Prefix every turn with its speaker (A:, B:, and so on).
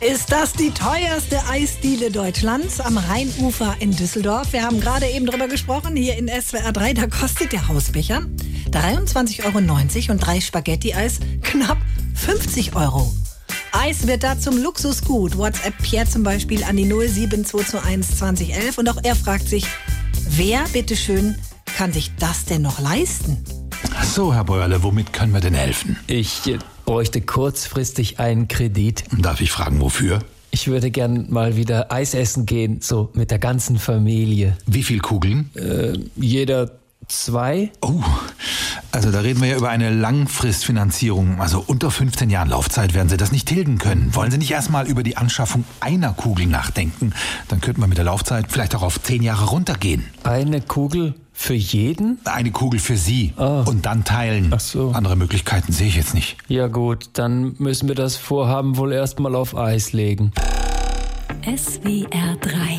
A: ist das die teuerste Eisdiele Deutschlands am Rheinufer in Düsseldorf. Wir haben gerade eben drüber gesprochen, hier in SWR 3, da kostet der Hausbecher 23,90 Euro und drei Spaghetti-Eis knapp 50 Euro. Eis wird da zum Luxusgut. WhatsApp Pierre zum Beispiel an die 07221 2011 und auch er fragt sich, wer bitteschön kann sich das denn noch leisten?
B: Ach so, Herr Bäuerle, womit können wir denn helfen?
C: Ich äh, bräuchte kurzfristig einen Kredit.
B: Darf ich fragen, wofür?
C: Ich würde gern mal wieder Eis essen gehen, so mit der ganzen Familie.
B: Wie viel Kugeln?
C: Äh, Jeder zwei?
B: Oh, also da reden wir ja über eine Langfristfinanzierung. Also unter 15 Jahren Laufzeit werden Sie das nicht tilgen können. Wollen Sie nicht erstmal über die Anschaffung einer Kugel nachdenken? Dann könnten wir mit der Laufzeit vielleicht auch auf 10 Jahre runtergehen.
C: Eine Kugel für jeden?
B: Eine Kugel für Sie und dann teilen.
C: Ah. Ach so.
B: Andere Möglichkeiten sehe ich jetzt nicht.
C: Ja gut, dann müssen wir das Vorhaben wohl erstmal auf Eis legen.
D: SWR 3.